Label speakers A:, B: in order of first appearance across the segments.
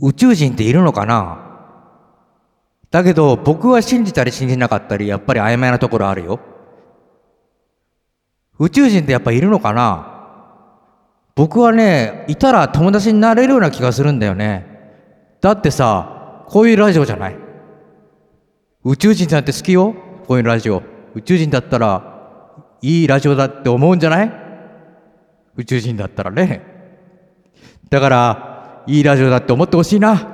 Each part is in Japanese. A: 宇宙人っているのかなだけど僕は信じたり信じなかったりやっぱり曖昧なところあるよ宇宙人ってやっぱいるのかな僕はねいたら友達になれるような気がするんだよねだってさこういうラジオじゃない宇宙人なんて好きよこういうラジオ宇宙人だったらいいラジオだって思うんじゃない宇宙人だったらねだからいいラジオだって思ってほしいな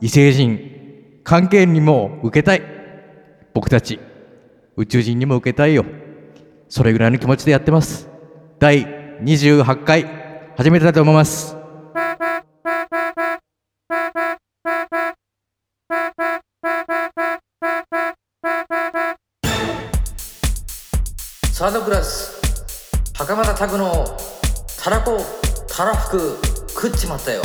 A: 異星人関係にも受けたい僕たち宇宙人にも受けたいよそれぐらいの気持ちでやってます第28回始めてたと思います
B: サードクラス袴田拓のたらこたらふく食っちまったよ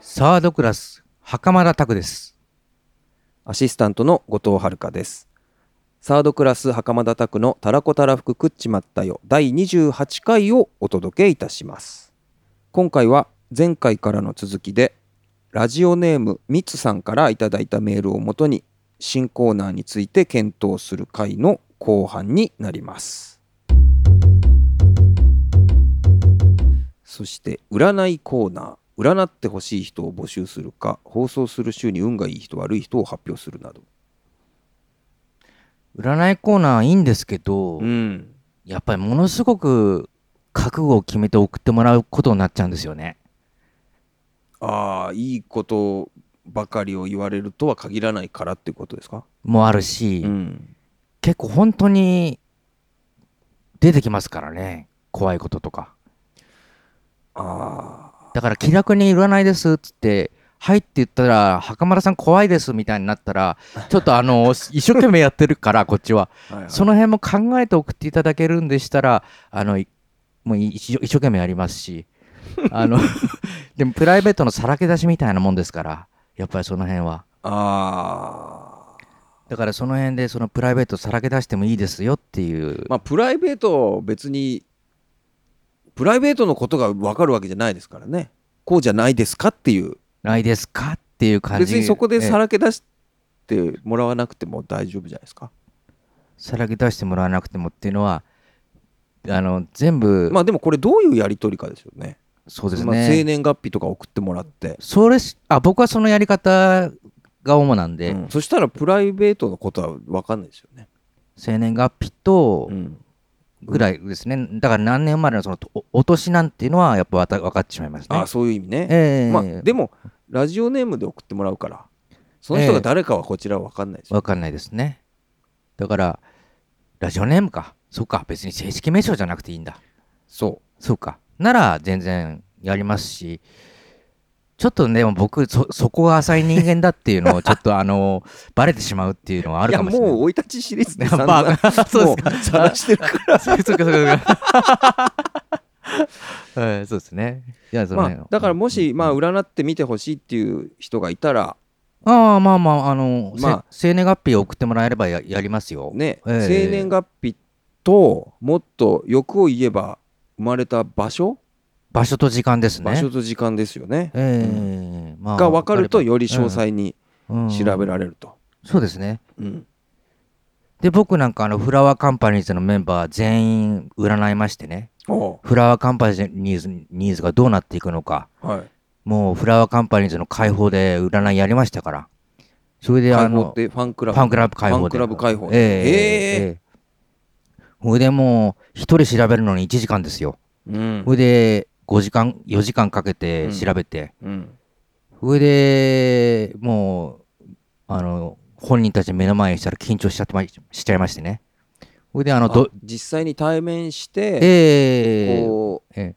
A: サードクラス袴田拓です
C: アシスタントの後藤遥です。サードクラス袴田拓のたらこたらふく食っちまったよ第28回をお届けいたします。今回は前回からの続きでラジオネームみつさんからいただいたメールをもとに新コーナーについて検討する回の後半になります。そして占いコーナー占ってほしい人を募集するか放送する週に運がいい人悪い人を発表するなど
A: 占いコーナーいいんですけど、
C: うん、
A: やっぱりものすごく覚悟を決めて送ってもらうことになっちゃうんですよね
C: ああいいことばかりを言われるとは限らないからっていうことですか、
A: もあるし、
C: ん、
A: 結構本当に出てきますからね怖いこととか
C: ああ
A: だから気楽に占いですっつって「はい」って言ったら「袴田さん怖いです」みたいになったらちょっとあの一生懸命やってるからこっちは
C: はいはい
A: その辺も考えて送っていただけるんでしたらあのいもうい一生一生懸命やりますしあ のでもプライベートのさらけ出しみたいなもんですからやっぱりその辺は
C: ああ
A: だからその辺でそのプライベートさらけ出してもいいですよっていう
C: まあプライベート別にプライベートのことが分かるわけじゃないですからねこうじゃないですかっていう
A: ないですかっていう感じ
C: 別にそこで
A: ええ
C: さらけ出してもらわなくても大丈夫じゃないですか
A: さらけ出してもらわなくてもっていうのはあの全部、
C: まあでもこれどういうやり取りかですよね
A: そうです
C: まあ、生
A: ね、
C: 年月日とか送ってもらって、
A: それしあ僕はそのやり方が主なんで、
C: うんそしたらプライベートのことは分かんないですよね、
A: 生年月日と
C: うん
A: ぐらいですね、だから何年生まれのそのおお年なんていうのはやっぱわた分かってしまいますね。
C: あそういう意味ね、
A: ええ
C: まあ、でもラジオネームで送ってもらうからその人が誰かはこちらは分かんないですよ、
A: 分かんないですね。だからラジオネームかそうか別に正式名称じゃなくていいんだ
C: そ
A: そうかなら全然やりますしちょっとねでも僕そそこが浅い人間だっていう のをちょっとあのバレてしまうっていうのはあ
C: うい
A: る
C: や
A: かもしれない
C: もう。生い立ちシリ ーズね
A: やば
C: 散々
A: そうです
C: も晒してるから
A: そうかそうかそうか。 はい、そうですね。いや、その
C: ま
A: 辺
C: あ、だからもし、まあ、占ってみてほしいっていう人がいたら
A: ああ、まあまあ、あの、
C: まあ
A: せ生年月日を送ってもらえればややりますよ。
C: ね、
A: ええ
C: 生年月日ともっと欲を言えば生まれた場所、
A: 場所と時間ですね。
C: 場所と時間ですよね、
A: ええまあ。
C: が分かるとより詳細
A: うん、
C: に
A: うん
C: 調べられると、
A: そうですね。
C: うん
A: で、僕なんか、あの、フラワーカンパニーズのメンバー全員占いましてね、
C: おう
A: フラワーカンパニーズニーズがどうなっていくのか、
C: はい
A: もうフラワーカンパニーズの解放で占いやりましたから、それで、あ
C: 解放
A: の
C: っ、てファンクラブ
A: ファンクラブ解放で
C: ファンクラブ解放
A: ええ
C: ええ
A: ええほいでもう一人調べるのに1時間ですよ
C: うん
A: ほいで5時間4時間かけて
C: うん
A: 調べて、
C: うん
A: ほいでもうあの本人たち目の前にしたら緊張しちゃってましちゃいましてねほいであの
C: あ
A: ど
C: 実際に対面して、
A: ええ
C: こう、
A: ええ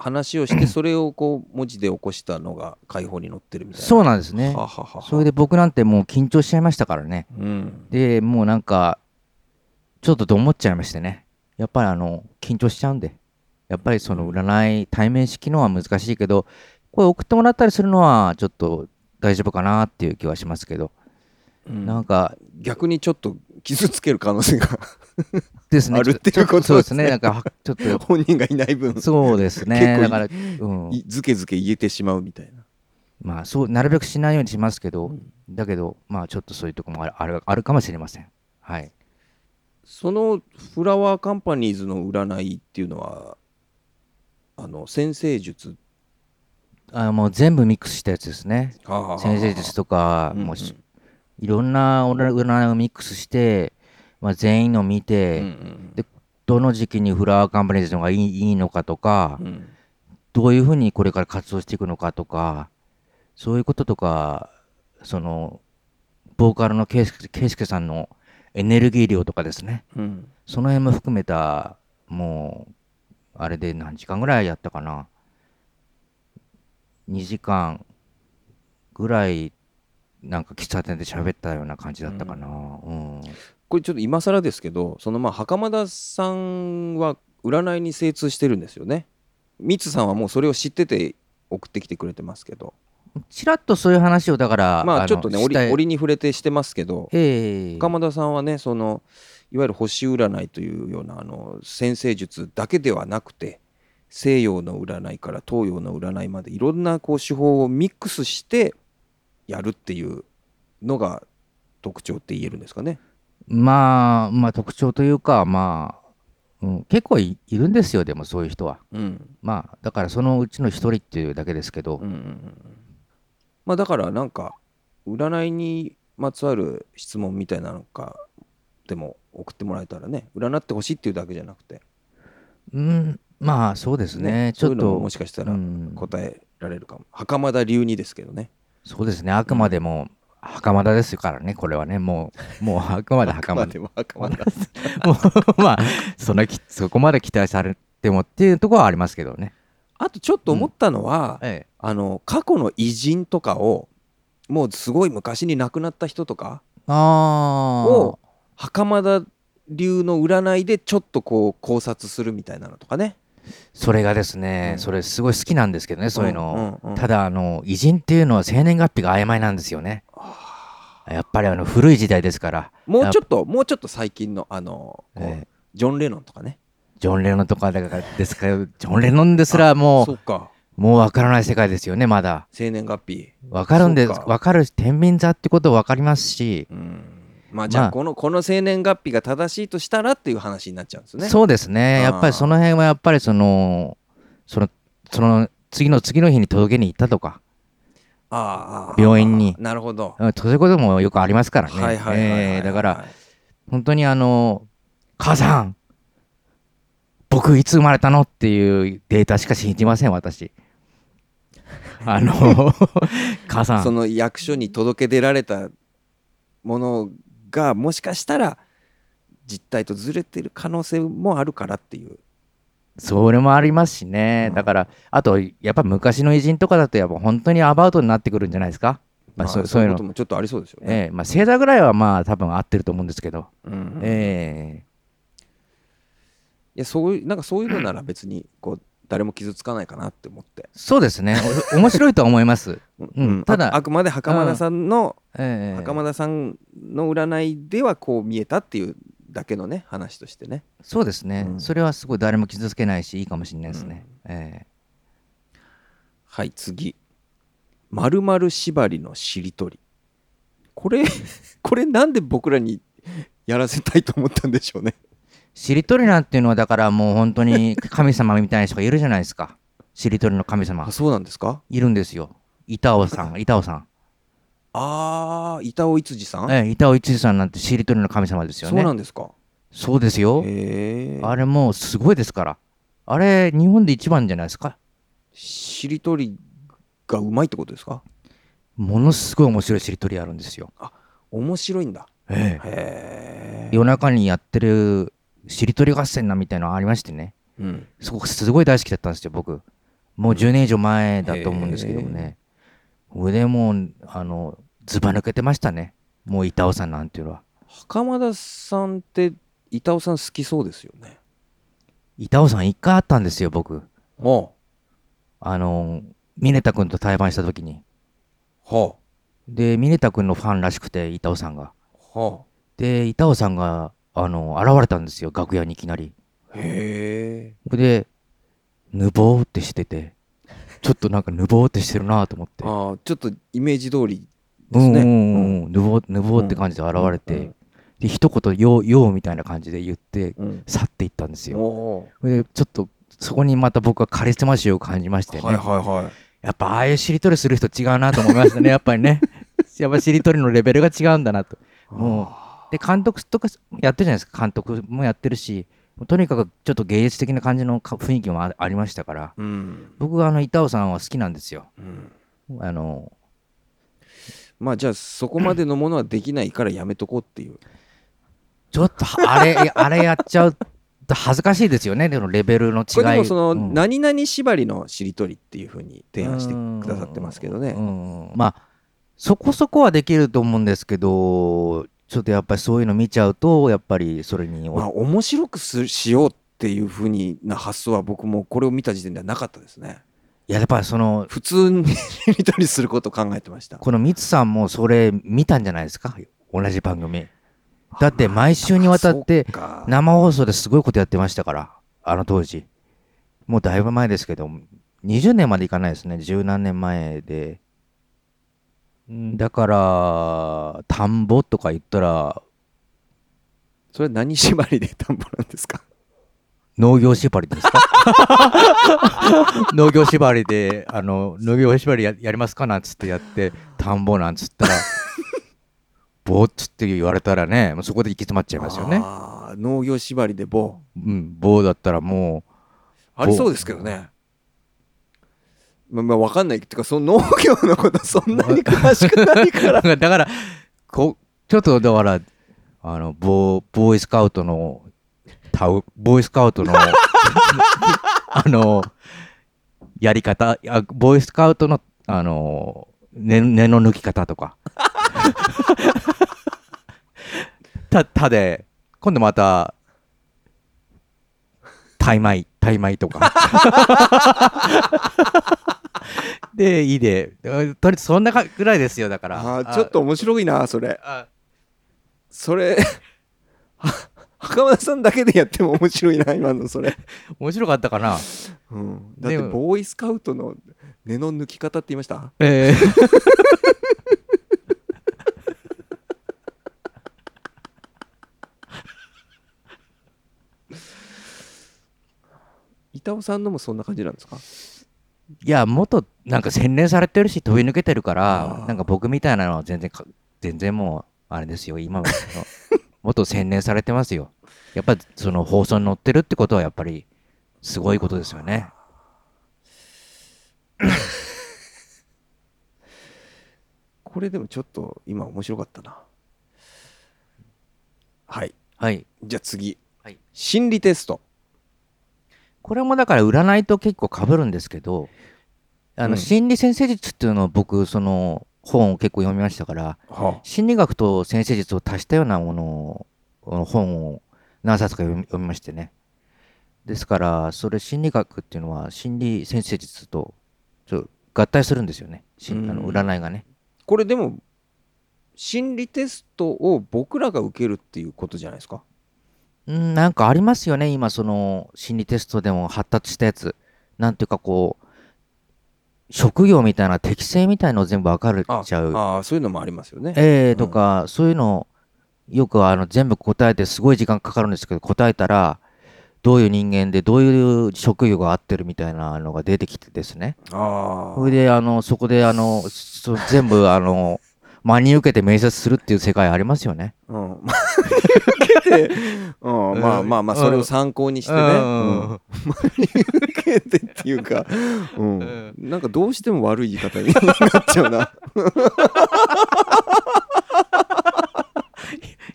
C: 話をしてそれをこう文字で起こしたのが解放に載ってるみたいな
A: そううなんですね
C: ははは
A: それで僕なんてもう緊張しちゃいましたからね
C: うん、
A: でもうなんかちょっとと思っちゃいましてねやっぱりあの緊張しちゃうんでやっぱりその占い対面式のは難しいけどこれ送ってもらったりするのはちょっと大丈夫かなっていう気はしますけど、
C: うん
A: なんか
C: 逆にちょっと傷つける可能性が
A: ですね。
C: あるっていうこと
A: ちょそうです
C: で
A: ね。
C: すね
A: なんか、はちょっと、
C: 本人がいない分
A: そうです
C: 結構
A: ね。
C: い
A: だから、うん。
C: いずけずけ言えてしまうみたいな
A: まあ、そう、なるべくしないようにしますけど、
C: うん
A: だけど、まあ、ちょっとそういうとこもあるあるあるかもしれません。はい。
C: そのフラワーカンパニーズの占いっていうのはあの先生術
A: あもう全部ミックスしたやつですね。先生術とか、
C: うんうん
A: もうしいろんな占いをミックスして、まあ、全員の見て、
C: うんうん
A: でどの時期にフラワーカンパニーズの方がいいいいのかとか、
C: うん
A: どういうふうにこれから活動していくのかとかそういうこととかそのボーカルのケイスケイスケさんのエネルギー量とかですね
C: うん
A: その辺も含めたもうあれで何時間ぐらいやったかな2時間ぐらいなんか喫茶店で喋ったような感じだったかな、うん
C: これちょっと今更ですけどそのまあ袴田さんは占いに精通してるんですよねミツさんはもうそれを知ってて送ってきてくれてますけど
A: ちらっとそういう話をだから
C: ま
A: の
C: あちょっとね
A: したい
C: 折折に触れてしてますけど
A: ええ
C: 袴田さんはねそのいわゆる星占いというようなあの先生術だけではなくて西洋の占いから東洋の占いまでいろんなこう手法をミックスしてやるっていうのが特徴って言えるんですかね。
A: まあまあ特徴というかまあ、うん、結構いいるんですよでもそういう人は
C: うん
A: まあだからそのうちの一人っていうだけですけど、
C: うんうんうんまあ、だからなんか占いにまつわる質問みたいなのかでも送ってもらえたらね占ってほしいっていうだけじゃなくて、
A: うん、まあそうですねち
C: そう
A: ょ
C: い
A: っ
C: うの
A: と
C: ももしかしたら
A: うん
C: 答えられるかも、袴田流にですけどね
A: そうですねあくまでも袴田ですからねこれはねもうもうあくまで袴 田
C: でも袴田
A: もうまあそんなきそこまで期待されてもっていうところはありますけどね、
C: あとちょっと思ったのは、
A: え
C: あの過去の偉人とかをもうすごい昔に亡くなった人とか
A: え、あ
C: を袴田流の占いでちょっとこう考察するみたいなのとかね
A: それがですね、
C: うん
A: それすごい好きなんですけどねそういうの、
C: うんうんうん
A: ただあの偉人っていうのは生年月日が曖昧なんですよねやっぱりあの古い時代ですから
C: もうちょっともうちょっと最近のあの、こう
A: ええ
C: ジョン・レノンとかね
A: ジョン・レノンとかだからですからジョン・レノンですらも
C: そううか
A: もう分からない世界ですよねまだ
C: 生年月日
A: 分かるんです
C: そうか
A: 分かるし天秤座ってこと分かりますし、
C: うんまあじゃ
A: ま
C: あ
A: あ
C: この、この生年月日が正しいとしたらっていう話になっちゃうんですね
A: そうですね
C: あー
A: やっぱりその辺はやっぱりそのそのその次の次の日に届けに行ったとか
C: ああああ
A: 病院に
C: ああなるほど、
A: うんそういうこともよくありますからね
C: はいはいはいはいはい
A: えーだから本当にあの母さん僕いつ生まれたのっていうデータしか信じません 私あの母さ
C: そ
A: ん
C: の役所に届け出られたものがもしかしたら実態とずれてる可能性もあるからっていう
A: それもありますしね
C: うん
A: だからあとやっぱ昔の偉人とかだとやっぱ本当にアバウトになってくるんじゃないですか、まあ、そそういう
C: こと
A: の、
C: もちょっとありそうですよね、
A: ええまあ、星座ぐらいはまあ多分合ってると思うんですけど、
C: うんい
A: え
C: やそういうなんかそういうのなら別にこう誰も傷つかないかなって思って、
A: えそうですねお 面白いとは思います、うん
C: あ
A: ただ
C: あくまで袴田さんの、
A: ええ
C: 袴田さんの占いではこう見えたっていうだけのね話としてね
A: そうですね、
C: うん
A: それはすごい誰も傷つけないしいいかもしれないですね、ええ
C: はい次「まるまる縛りのしりとり」こ れこれなんで僕らにやらせたいと思ったんでしょうね
A: しりとりなんていうのはだからもう本当 に神様みたいな人がいるじゃないですかしりとりの神様
C: あそうなんですか
A: いるんですよ板尾さん板尾さん
C: あー板尾一二さん、
A: ええ板尾一二さんなんてしりとりの神様ですよ
C: そう
A: ね
C: な
A: そうん
C: ですか
A: ですよ
C: へえ
A: あれもうすごいですからあれ日本で一番じゃないですか
C: しりとりがうまいってことですか
A: ものすごい面白いしりとりあるんですよ、
C: 面白いんだ
A: ええ
C: へえ、
A: 夜中にやってるしりとり合戦なみたいなのありましてね
C: うん、
A: すごくすごい大好きだったんですよ僕もう10年以上前だと思うんですけどもね腕もうあのずば抜けてましたねもう板尾さんなんていうのは
C: 袴田さんって板尾さん好きそうですよね
A: 板尾さん一回あったんですよ僕
C: は
A: あの峰田君と対バンした時に
C: あは
A: で峰田君のファンらしくて板尾さんが
C: あは
A: で板尾さんがあの現れたんですよ楽屋にいきなり
C: へえ
A: でぬぼーってしててちょっとなんかぬぼーってしてるなと思って
C: ああちょっとイメージ通り
A: う
C: です
A: ん
C: ね
A: うんうんうんぬぼーぬぼーって感じで現れて、
C: うんうん
A: で一言ようようみたいな感じで言って
C: うん
A: 去っていったんです
C: お
A: よ
C: お
A: でちょっとそこにまた僕はカリスマ臭を感じましてね、
C: はいはいはい
A: やっぱああいうしりとりする人違うなと思いま したねやっぱりねやっぱしりとりのレベルが違うんだなともうで監督とかやってるじゃないですか監督もやってるしとにかくちょっと芸術的な感じのか雰囲気もあありましたから
C: うん、
A: 僕はあの板尾さんは好きなんですよ
C: うん、
A: あの
C: まあじゃあそこまでのものはできないからやめとこうっていう
A: ちょっとはあれ あれやっちゃうと恥ずかしいですよねでもレベルの違い
C: これでもその
A: うん
C: 何々縛りのしりとりっていうふうに提案してくださってますけどね
A: うんまあそこそこはできると思うんですけどちょっとやっぱりそういうの見ちゃうとやっぱりそれに、
C: まあ面白くすしようっていうふうにな発想は僕もこれを見た時点ではなかったですね
A: いややっぱりその
C: 普通に しりとりすることを考えてました
A: このミツさんもそれ見たんじゃないですか同じ番組だって毎週にわたって
C: そうか
A: 生放送ですごいことやってましたからあの当時もうだいぶ前ですけど20年までいかないですね十何年前でうんだから田んぼとか言ったら
C: それは何縛りで田んぼなんですか
A: 農業縛りですか 農業縛りであの農業縛りややりますかなんつってやって田んぼなんつ ったらぼーっつって言われたらねもうそこで行き詰まっちゃいますよね。
C: あー農業縛りで棒
A: うん、棒だったらも
C: ありそうですけどねまあまあ分かんないっていうかその農業のことそんなに詳しくないか
A: う だ
C: ら
A: からこちょっとだからあのボーボーイスカウトのタウボーイスカウトの あのやり方あボーイスカウトのあの根根の抜き方とか たたで今度またタイマイタイマイとか でいいでとりあえずそんなかぐらいですよだから
C: あーちょっと面白いなそれ
A: あ
C: それ は袴田さんだけでやっても面白いな今のそれ、
A: 面白かったかな
C: うん、だって
A: でも
C: ボーイスカウトの根の抜き方って言いました
A: えー
C: 板尾さんのもそんな感じなんですか
A: いやもっとなんか洗練されてるし飛び抜けてるか
C: あ
A: ら
C: ー
A: なんか僕みたいなのは全然か全然もうあれですよ今はあのもっと洗練されてますよ やっぱその放送に載ってるってことはやっぱりすごいことですよね
C: これでもちょっと今面白かったなはい
A: はい
C: じゃあ次、
A: はい
C: 心理テスト
A: これもだから占いと結構かぶるんですけどあの、
C: うん
A: 心理先生術っていうのを僕その本を結構読みましたから
C: は
A: 心理学と先生術を足したようなものを本を何冊か読み読みましてねですからそれ心理学っていうのは心理先生術とちょ合体するんですよねし
C: うん
A: あの占いがね
C: これでも心理テストを僕らが受けるっていうことじゃないですか
A: うんなんかありますよね今その心理テストでも発達したやつなんていうかこう職業みたいな適性みたいのを全部分かれちゃう
C: ああそういうのもありますよね
A: ええとか、そういうのよくあの全部答えてすごい時間かかるんですけど答えたらどういう人間でどういう職業が合ってるみたいなのが出てきてですね
C: あ
A: それであのそこであのそ全部あの真に受けて面接するっていう世界ありますよね。
C: あ、うん、 まあ受けて、うん、まあまあまあ
A: うん
C: それを参考にしてね、うん受けてっていうか、うん
A: ん
C: なんかどうしても悪い言い方になっちゃう な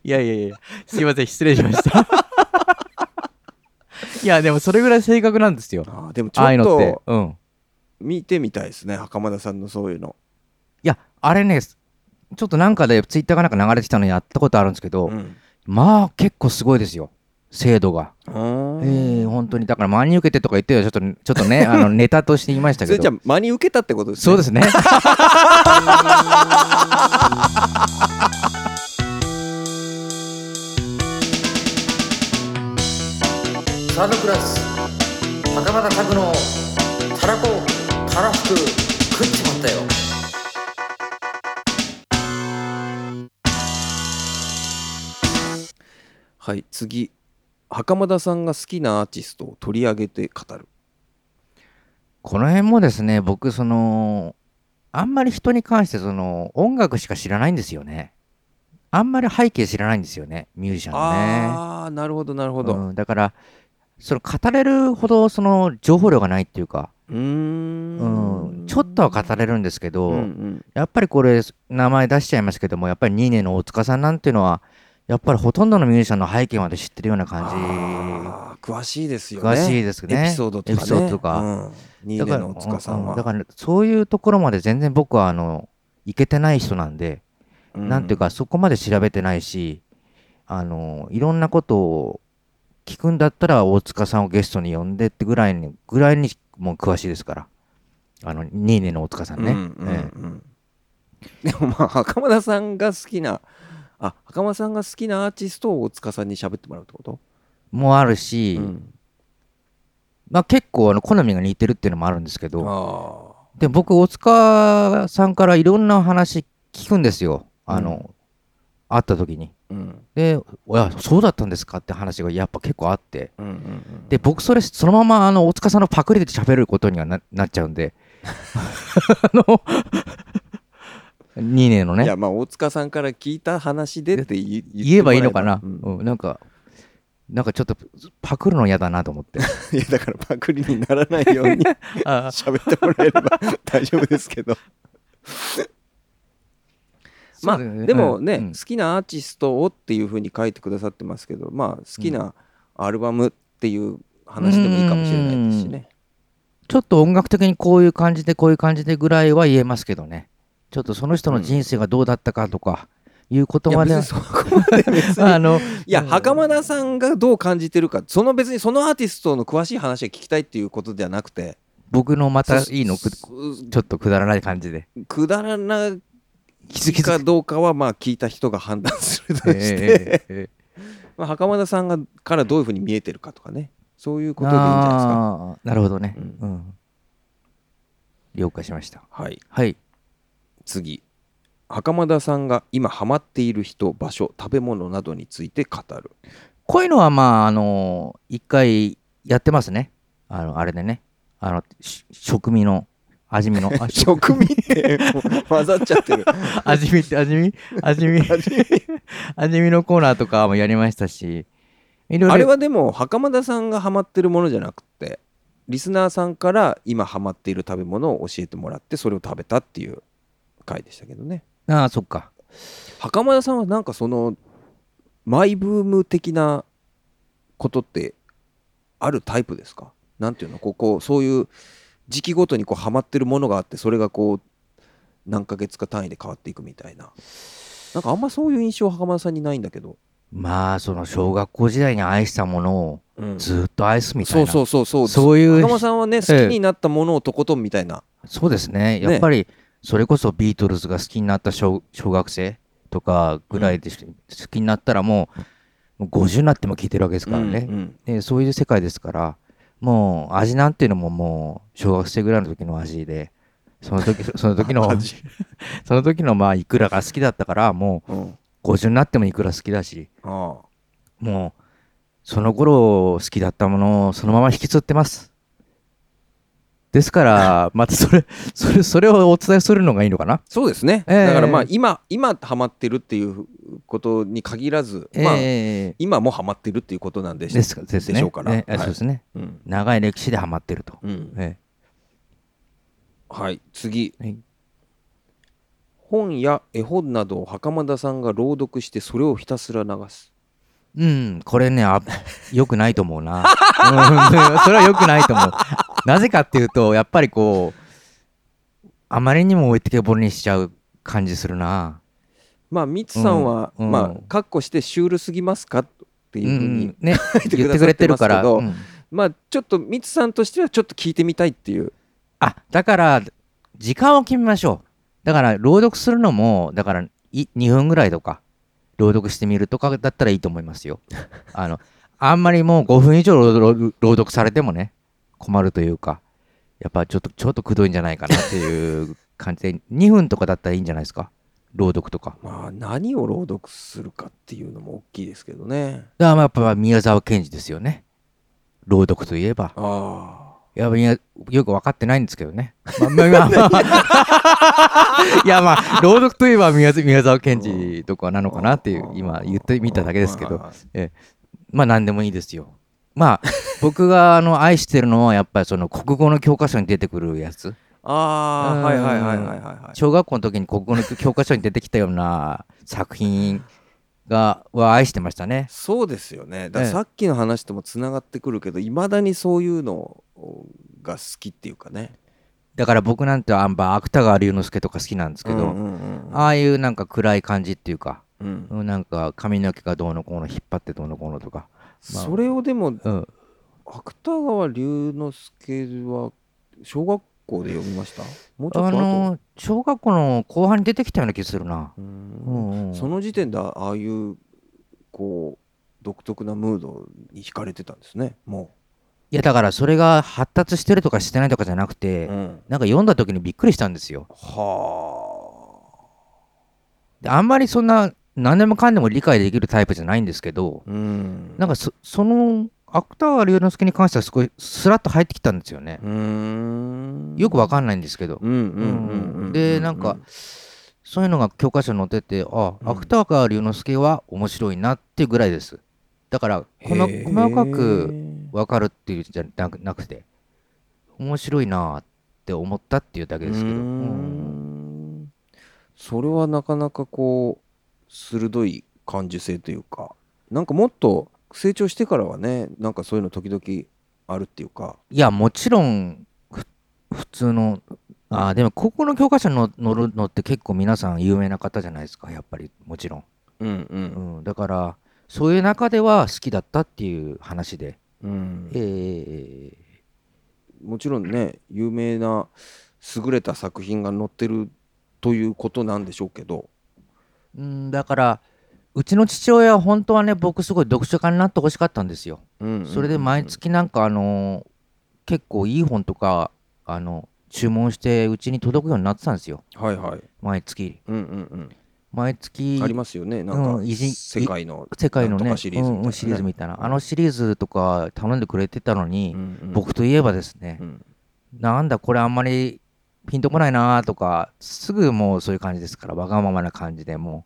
A: いやいやいやすいません失礼しま した。いやでもそれぐらい正確なんですよ。
C: あーでもちょ
A: ああいう
C: っ
A: のって
C: と。
A: うん
C: 見てみたいですね袴田さんのそういうの、
A: いやあれねちょっとなんかでツイッターがなんか流れてきたのやったことあるんですけど、
C: うん
A: まあ結構すごいですよ精度が、
C: あー
A: ええ本当にだから真に受けてとか言ってはちょっとちょっと ねあのネタとして言いました
C: そ
A: け
C: れじゃ
A: ど
C: あ真に受けたってことですね
A: そうですね
B: サードクラス袴田拓のたらこたらふく食っちまったよ
C: はい次袴田さんが好きなアーティストを取り上げて語る
A: この辺もですね僕そのあんまり人に関してその音楽しか知らないんですよねあんまり背景知らないんですよねミュージシャンのね
C: ああなるほどなるほど
A: うん、だからその語れるほどその情報量がないっていうか、
C: うーん
A: うん、ちょっとは語れるんですけど、
C: うんうん
A: やっぱりこれ名前出しちゃいますけどもやっぱり2年の大塚さんなんていうのはやっぱりほとんどのミュージシャンの背景まで知ってるような感
C: あー詳しいです
A: じ
C: よね
A: 詳しいですね
C: エピソードとかね
A: エピソードとか
C: うん、新根の大塚さんは
A: だから,う、だからそういうところまで全然僕はあのいけてない人なんで、
C: う
A: なんていうかそこまで調べてないしあのいろんなことを聞くんだったら大塚さんをゲストに呼んでってぐらいにぐらいにもう詳しいですからあのニーネの大塚さんね、
C: うんうんうん
A: ええ
C: でもまあ袴田さんが好きなあ袴田さんが好きなアーティストを大塚さんに喋ってもらうってこと、
A: もあるし、
C: うん
A: まあ、結構あの好みが似てるっていうのもあるんですけど
C: あ
A: で僕大塚さんからいろんな話聞くんですよあの、会った時に。
C: ーうん
A: で「いやそうだったんですか?」って話がやっぱ結構あって。
C: うんうんうん
A: で僕それそのままあの大塚さんのパクリで喋ることにはななっちゃうん であの2年の
C: い
A: ね
C: やまあ大塚さんから聞いた話でって言
A: 言えばいいのかな、
C: 言ってもらえばうん
A: うんなんかなんかちょっとパクるの嫌だなと思 って
C: いやだからパクリにならないよ うに
A: あ
C: 喋ってもらえれば大丈夫です けどまあでもね、好きなアーティストをっていうふうに書いてくださってますけどまあ好きなアルバムっていう話でもいいかもしれないですしね
A: ちょっと音楽的にこういう感じでこういう感じでぐらいは言えますけどねちょっとその人の人生がどうだったかとかいうこと
C: いや
A: まで
C: 別にそこまで別に
A: あの
C: いや
A: うん
C: 袴田さんがどう感じてるかその別にそのアーティストの詳しい話が聞きたいっていうことじゃなくて
A: 僕のまたいいのくち
C: く
A: ょっとくだらない感じで
C: くだらな
A: 気づきづ
C: かどうかはまあ聞いた人が判断するとして、
A: ええええ
C: まあ、袴田さんがからどういうふうに見えてるかとかねそういうことでいいんじゃないですか。
A: あーなるほどね、
C: う
A: うん了解しました
C: はい、
A: はい
C: 次袴田さんが今ハマっている人場所食べ物などについて語る
A: こういうのはまああの一回やってますねあのあれでねあのし食味の味 見のあ食
C: 食味ってもう混ざっちゃ ってる
A: 味見って味見味見味見のコーナーとかもやりましたしいろいろ
C: あれはでも袴田さんがハマってるものじゃなくてリスナーさんから今ハマっている食べ物を教えてもらってそれを食べたっていう回でしたけどね
A: ああそっか
C: 袴田さんはなんかそのマイブーム的なことってあるタイプですかなんていうのこうこうそういう時期ごとにこうハマってるものがあってそれがこう何ヶ月か単位で変わっていくみたいななんかあんまそういう印象は袴田さんにないんだけど、
A: まあその小学校時代に愛したものを
C: うんそ
A: ずっと愛すみたいうな、
C: そうそうそう
A: そういう
C: 袴田さんはね好きになったものをとことんみたいな、
A: そうですね、やっぱりそれこそビートルズが好きになった小小学生とかぐらいでし、好きになったらもうもう50になっても聴いてるわけですからね、
C: うんうん
A: でそういう世界ですからもう味なんていうのももう小学生ぐらいの時の味でその 時その時の
C: 味
A: その時のまあいくらが好きだったからも
C: うん
A: う50になってもいくら好きだし
C: ああ
A: もうその頃好きだったものをそのまま引きずってますですからまたそれそれそれをお伝えするのがいいのかな
C: そうですね、
A: ええ
C: だからまあ今今ハマってるっていうことに限らず、まあ
A: ええ
C: 今もハマってるっていうことなんでし
A: ですですね
C: でしょうから、
A: ね
C: はい
A: あそうですね
C: うん
A: 長い歴史でハマってると、
C: うん
A: え
C: はい次
A: えはい
C: 本や絵本などを袴田さんが朗読してそれをひたすら流す
A: うんこれねあ よくないと思うな、うんそれはよくないと思うなぜかっていうとやっぱりこうあまりにも置いてけぼりにしちゃう感じするな
C: まあミツさんは、
A: うんうん
C: まあかっこしてシュールすぎますかっていう
A: う
C: ふうんに、
A: うん ね
C: て
A: 言
C: く
A: って
C: ださ
A: く
C: っ
A: れて
C: てま
A: る
C: すけ
A: から、
C: ど
A: うん
C: まあちょっとミツさんとしてはちょっと聞いてみたいっていう
A: あだから時間を決めましょうだから朗読するのもだからい2分ぐらいとか朗読してみるとかだったらいいと思いますよ あのあんまりもう5分以上朗朗朗読されてもね困るというかやっぱちょっとちょっとくどいんじゃないかなっていう感じで 2分とかだったらいいんじゃないですか朗読とか
C: まあ何を朗読するかっていうのも大きいですけどね
A: だからまあやっぱ宮沢賢治ですよね朗読といえば
C: あ
A: いや、いやよく分かってないんですけどね。まあまあまあまあ いや、まあ、朗読といえば宮津宮沢賢治とかなのかなっていう、今言ってみただけですけど、ええまあ、何でもいいですよ。まあ、僕があの愛してるのは、やっぱりその国語の教科書に出てくるやつ。
C: ああ
A: う
C: ー
A: ん
C: はいはいはいはいはいはい
A: 小学校の時に国語の教科書に出てきたような作品が、は愛してましたね。
C: そうですよねだか
A: ええ
C: らさっきの話ともつながってくるけどいまだにそういうのが好きっていうかね
A: だから僕なんてあんば芥川龍之介とか好きなんですけど、
C: うんうんうんうん
A: ああいうなんか暗い感じっていうか、
C: うん
A: うんなんか髪の毛がどうのこうの引っ張ってどうのこうのとか、
C: それをでも
A: うん、
C: 芥川龍之介は小学校で読みましたもうちょっ
A: あ
C: と後、
A: の小学校の後半に出てきたような気するな、
C: う
A: うんんうん、
C: その時点でああいうこう独特なムードに惹かれてたんですねも
A: いやだからそれが発達してるとかしてないとかじゃなく
C: う、
A: て、
C: うん
A: なんか読んだ時にびっくりしたんですよ
C: は
A: であんまりそんな何でもかんでも理解できるタイプじゃないんですけど
C: あうん
A: なんかそその芥川龍之介に関してはすごいスラッと入ってきたんですよね
C: う、ーん
A: よくわかんないんですけど、
C: うんうんうんうんうん
A: でなんかそういうのが教科書に載っててあ
C: うん
A: 芥川龍之介は面白いなっていうぐらいですだからこま
C: へー
A: 細かく分かるっていうじゃなくなくて面白いなって思ったっていうだけですけど
C: うー
A: うん
C: んそれはなかなかこう鋭い感受性というかなんかもっと成長してからはねなんかそういうの時々あるっていうか
A: いやもちろんふ普通のあーでもここの教科書にの載るのって結構皆さん有名な方じゃないですかやっぱりもちろん、
C: うんう
A: うんん、だからそういう中では好きだったっていう話で、
C: うん
A: えー
C: もちろんね有名な優れた作品が載ってるということなんでしょうけど
A: うん、だからうちの父親は本当はね僕すごい読書家になってほしかったんですよ。それで毎月なんかあのー結構いい本とかあの注文してうちに届くようになってたんですよ
C: はいはい
A: 毎月
C: うんうん
A: 毎
C: う
A: 月
C: んありますよねなん
A: う
C: か
A: ん偉人
C: 世界の
A: 世界の
C: なんと
A: ね
C: かシリーズみたいな
A: う
C: ね
A: んうんシリーズみたいなあのシリーズとか頼んでくれてたのに、僕といえばですね、
C: うん
A: なんだこれあんまりピンとこないなとかすぐもうそういう感じですからわがままな感じでも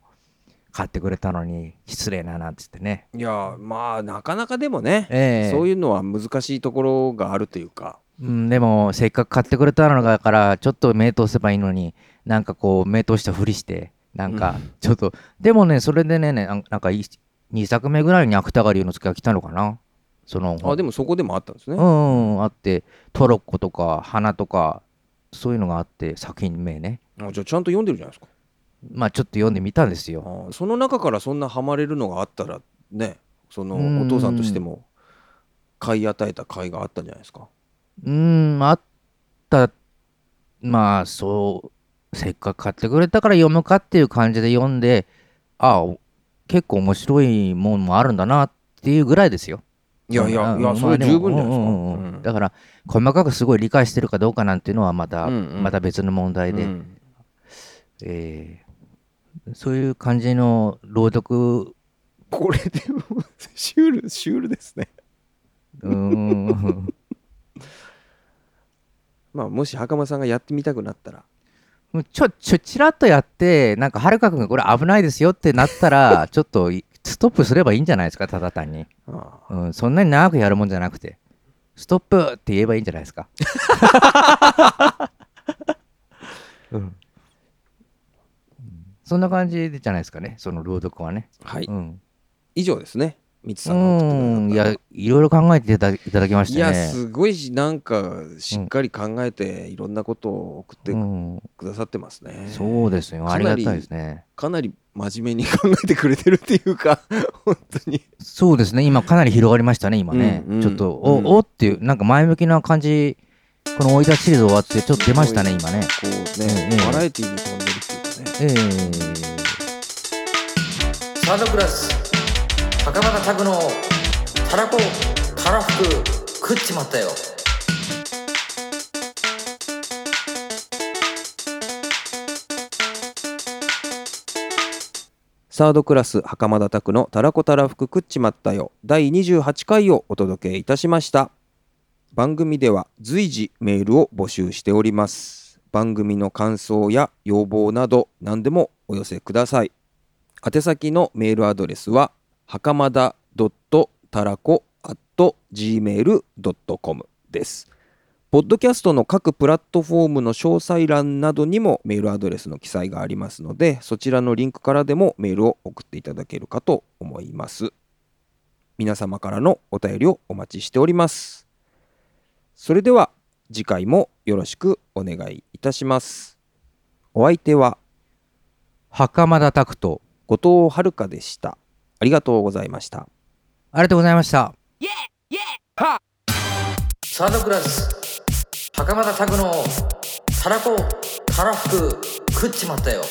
A: う買ってくれたのに失礼ななんつってね、
C: いやまあなかなかでもね
A: ええ
C: そういうのは難しいところがあるというか、
A: うん、でもせっかく買ってくれたのだからちょっと目通せばいいのになんかこう目通したふりしてなんか
C: うん
A: ちょっと、でもねそれでねねなんなんか2作目ぐらいに芥川龍之介が来たのかなその
C: あでもそこでもあったんですね。
A: うん、うん、あってトロッコとか花とかそういうのがあって作品名ね
C: あじゃあちゃんと読んでるじゃないですか。
A: まあちょっと読んでみたんですよ
C: あその中からそんなハマれるのがあったらねそ
A: うん
C: のお父さんとしても買い与えた買いがあったんじゃないですか。
A: うんあったまあそうせっかく買ってくれたから読むかっていう感じで読んでああお結構面白いもんもあるんだなっていうぐらいですよ。
C: いやいや
A: うん
C: いやそ
A: まあ
C: れ
A: でも
C: 十分じゃないですか
A: うんうんうん
C: うん
A: だから細かくすごい理解してるかどうかなんていうのはまた、
C: うんうん
A: また別の問題で、
C: うん
A: えーそういう感じの朗読
C: これでもシュールシュールですね。
A: うーん
C: まあもし袴さんがやってみたくなったら
A: ちょちょちらっとやってなんかはるか君がこれ危ないですよってなったら ちょっといストップすればいいんじゃないですかただ単に。
C: ああ
A: うん、そんなに長くやるもんじゃなくて、ストップって言えばいいんじゃないです か。うん、そんな感じでじゃないですかね、その朗読はね。
C: はい
A: うん、
C: 以上ですねみつ
A: う
C: さんが送ってくれた
A: んいや、いろいろ考えていただいただきまし
C: い
A: た
C: や
A: ね。
C: すごいしなんかしっかり考えていろんなことを送って
A: うん、
C: くださってますね。
A: そうですよ、あ
C: か
A: り
C: な
A: が
C: り
A: たいですね。
C: かなり真面目に考えてくれてるっていうか 本当に
A: そうですね、今かなり広がりましたね、今ね。
C: うんうん
A: ちょっと、
C: うん
A: おおっていう、なんか前向きな感じ、この追い出しシリーズ終わって、ちょっと出ましたね、今ね。
C: こうね、
A: うんうん
C: バラエティーに飛んでるっていうかね
A: えー
B: サードクラス袴田拓のたらこたらふく食っちまったよ
C: サードクラス袴田拓のたらこたらふく食っちまったよ第28回をお届けいたしました番組では随時メールを募集しております番組の感想や要望など何でもお寄せください宛先のメールアドレスは袴田たらこ gmail.com ですポッドキャストの各プラットフォームの詳細欄などにもメールアドレスの記載がありますのでそちらのリンクからでもメールを送っていただけるかと思います皆様からのお便りをお待ちしておりますそれでは次回もよろしくお願いいたしますお相手は
A: 袴田拓人
C: 後藤遥でしたありがとうございました
A: ありがとうございました
B: サードクラス袴田拓のたらこたらふく食っちまったよ